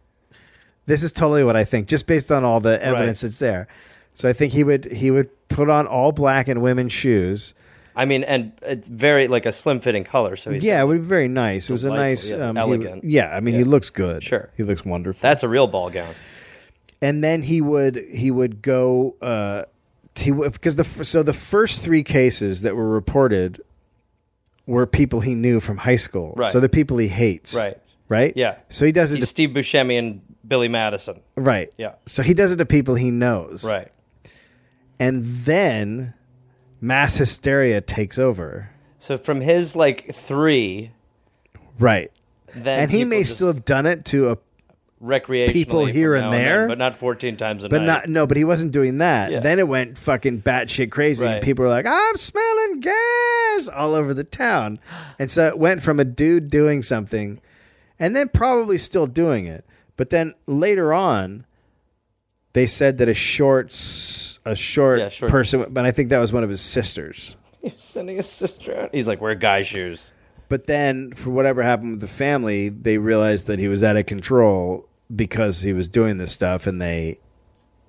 A: This is totally what I think, just based on all the evidence that's there. So I think he would he would put on all black and women's shoes.
B: I mean, and it's very like a slim fitting color. So he's,
A: Yeah, it would be very nice. It was a nice,
B: Delightful, yeah,
A: um, he-
B: elegant.
A: yeah, I mean, he looks good.
B: Sure.
A: he looks wonderful.
B: that's a real ball gown.
A: and then he would he would go uh, he because the f- so the first three cases that were reported were people he knew from high school.
B: Right.
A: So the people he hates.
B: Right.
A: Right.
B: Yeah.
A: So he does it.
B: He's
A: To,
B: Steve Buscemi and Billy Madison.
A: right.
B: Yeah.
A: So he does it to people he knows.
B: Right.
A: And then mass hysteria takes over.
B: So from his like three,
A: Right.
B: then
A: And, he
B: people
A: may
B: just
A: still have done it to a
B: recreationally
A: people
B: from
A: here and
B: now then,
A: there,
B: but not fourteen times a
A: But
B: night.
A: not no, but he wasn't doing that.
B: Yeah.
A: Then it went fucking batshit crazy.
B: Right.
A: And people were like, "I'm smelling gas" all over the town, and so it went from a dude doing something, and then probably still doing it. But then later on, they said that a short, s- a short,
B: Yeah, short-
A: person, but I think that was one of his sisters.
B: He's sending his sister out. He's like, wear guy shoes.
A: But then, for whatever happened with the family, they realized that he was out of control because he was doing this stuff, and they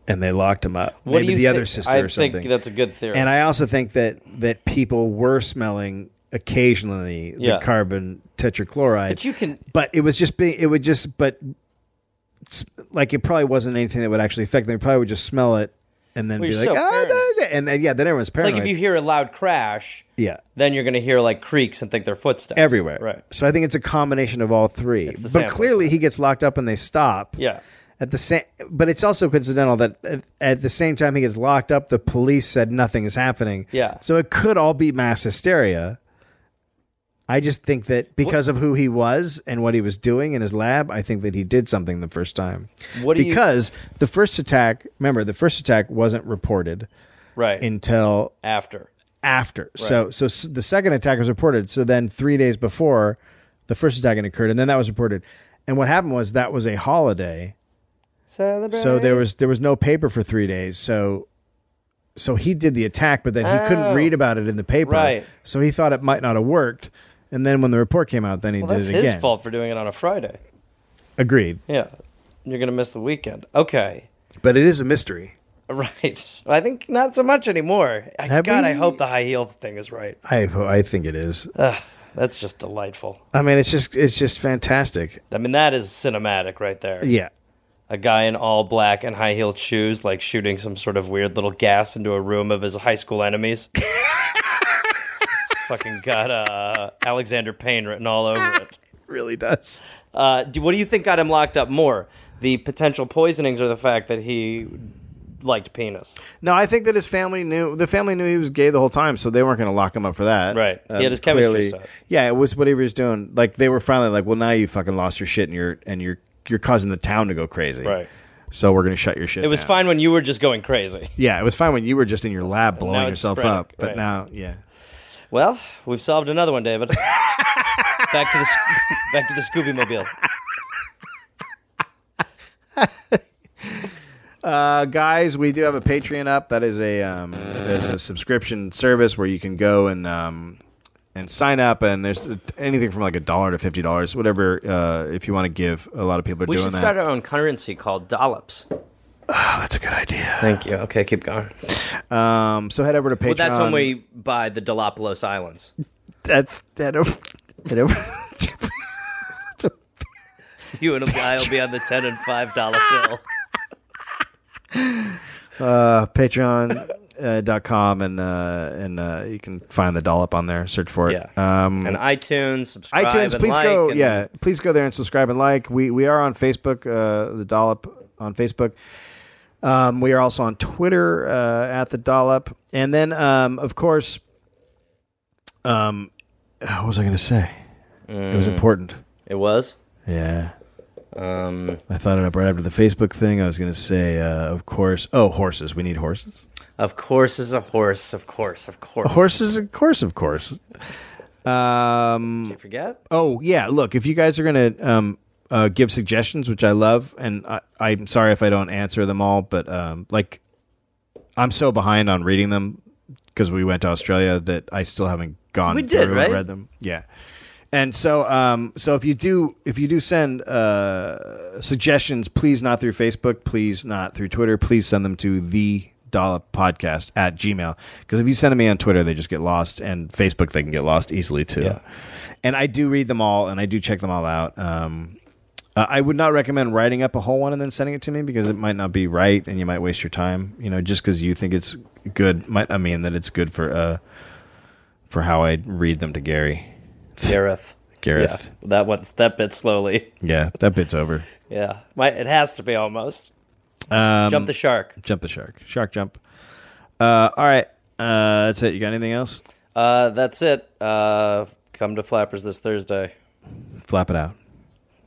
A: and they locked him up.
B: What
A: Maybe
B: do you
A: the other
B: think-
A: sister
B: I
A: or something.
B: think that's a good theory.
A: and I also think that that people were smelling occasionally
B: Yeah.
A: the carbon tetrachloride.
B: but you can
A: But it was just being. It would just. But s- like it probably wasn't anything that would actually affect them. They probably would just smell it and then
B: Well,
A: be
B: you're
A: like,
B: so
A: ah,
B: paranoid.
A: da- da," and then, yeah, then everyone's
B: It's
A: paranoid.
B: like if you hear a loud crash,
A: yeah.
B: then you're going to hear like creaks and think they're footsteps
A: everywhere.
B: Right.
A: So I think it's a combination of all three.
B: the
A: But
B: sample.
A: clearly, he gets locked up and they stop.
B: Yeah.
A: At the same, but it's also coincidental that at, at the same time he gets locked up, the police said nothing is happening.
B: Yeah.
A: So it could all be mass hysteria. I just think that because of who he was and what he was doing in his lab, I think that he did something the first time.
B: What do you-
A: because the first attack, remember, the first attack wasn't reported
B: Right.
A: until
B: After.
A: after. So so s- the second attack was reported. So then 3 days before the first attack had occurred and then that was reported. And what happened was that was a holiday.
B: Celebrate.
A: So there was there was no paper for 3 days. So so he did the attack but then he couldn't read about it in the paper.
B: Oh. Right.
A: So he thought it might not have worked. And then when the report came out, then he
B: well,
A: did
B: that's
A: it
B: his
A: again.
B: fault for doing it on a Friday.
A: Agreed.
B: Yeah. You're going to miss the weekend. Okay.
A: But it is a mystery.
B: Right. I think not so much anymore. I,
A: Have
B: God, I
A: we-
B: hope the high heel thing is right.
A: I I think it is.
B: Ugh, that's just delightful.
A: I mean, it's just it's just fantastic.
B: I mean, that is cinematic right there.
A: Yeah.
B: A guy in all black and high heeled shoes, like shooting some sort of weird little gas into a room of his high school enemies. Fucking got uh, Alexander Payne written all over it.
A: Really does.
B: Uh, do, what do you think got him locked up more? The potential poisonings or the fact that he
F: liked penis.
A: No, I think that his family knew the family knew he was gay the whole time, so they weren't going to lock him up for that.
F: Right. He had his chemistry
A: clearly-
F: set.
A: Yeah, it was whatever he was doing. Like they were finally like, well, now you fucking lost your shit, and you're and you're you're causing the town to go crazy.
F: Right.
A: So we're going to shut your shit.
F: It was
A: down.
F: fine when you were just going crazy.
A: Yeah, it was fine when you were just in your lab blowing
F: now it's
A: yourself
F: spreading,
A: up, but
F: right.
A: now, yeah.
F: Well, we've solved another one, David. back to the Sc- back to the Scooby Mobile.
A: Uh, guys, we do have a Patreon up. That is a um, is a subscription service where you can go and um, and sign up. And there's anything from like a dollar to fifty dollars, whatever. Uh, if you want to give, a lot of people are
F: We
A: doing
F: should
A: that.
F: start our own currency called dollops.
A: That's a good idea.
F: Thank you. Okay, keep going.
A: Um, so head over to Patreon.
F: Well, that's when we buy the Dolopolos Islands.
A: That's head over. Head over.
F: You and I will be on the ten and five dollar bill.
A: uh, Patreon. Uh, dot com and uh, and uh, you can find the dollop on there. Search for it.
F: Yeah.
A: Um,
F: And iTunes, subscribe.
A: iTunes,
F: and
A: please
F: like,
A: go.
F: and-
A: Yeah, please go there and subscribe and like. We we are on Facebook, uh, the Dollop on Facebook. Um, we are also on Twitter uh, at the Dollop, and then um, of course, um, what was I going to say? It
F: Mm.
A: was important.
F: It was.
A: Yeah,
F: Um,
A: I thought it up right after the Facebook thing. I was going to say, uh, of course. Oh, horses. We need horses.
F: of course, is a horse. Of course, of course.
A: Horses, of course, of course. Um,
F: Did you forget?
A: Oh yeah, look, if you guys are gonna um, uh, give suggestions, which I love, and I, I'm sorry if I don't answer them all, but um, like I'm so behind on reading them because we went to Australia that I still haven't gone.
F: We did,
A: through
F: right?
A: And read them, yeah. And so, um, so if you do, if you do send uh, suggestions, please not through Facebook, please not through Twitter, please send them to the dollop podcast at gmail because if you send them me on twitter they just get lost and facebook they can get lost easily too and I do read them all and I do check them all out. Um, uh, I would not recommend writing up a whole one and then sending it to me because it might not be right and you might waste your time. You know, just because you think it's good might not mean that it's good for uh for how I read them to Gary.
F: Gareth.
A: Gareth.
F: Yeah, that one. That bit slowly.
A: Yeah, that bit's over.
F: Yeah, My, it has to be almost.
A: Um,
F: Jump the shark.
A: jump the shark, shark jump. Uh, all right, uh, that's it. You got anything else?
F: Uh, that's it. Uh, come to Flappers this Thursday.
A: Flap it out.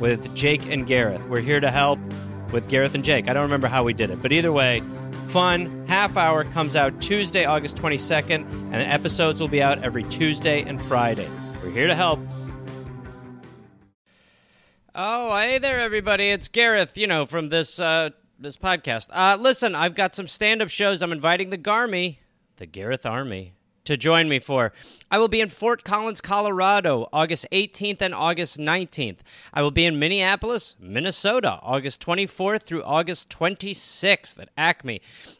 F: with Jake and Gareth. We're here to help with Gareth and Jake. I don't remember how we did it, but either way, fun half hour comes out Tuesday, August 22nd, and the episodes will be out every Tuesday and Friday. We're here to help. Oh, hey there, everybody! It's Gareth, you know, from this uh, this podcast. Uh, listen, I've got some stand up shows. I'm inviting the Garmy, the Gareth Army, to join me for. I will be in Fort Collins, Colorado, August 18th and August 19th. I will be in Minneapolis, Minnesota, August 24th through August 26th at Acme.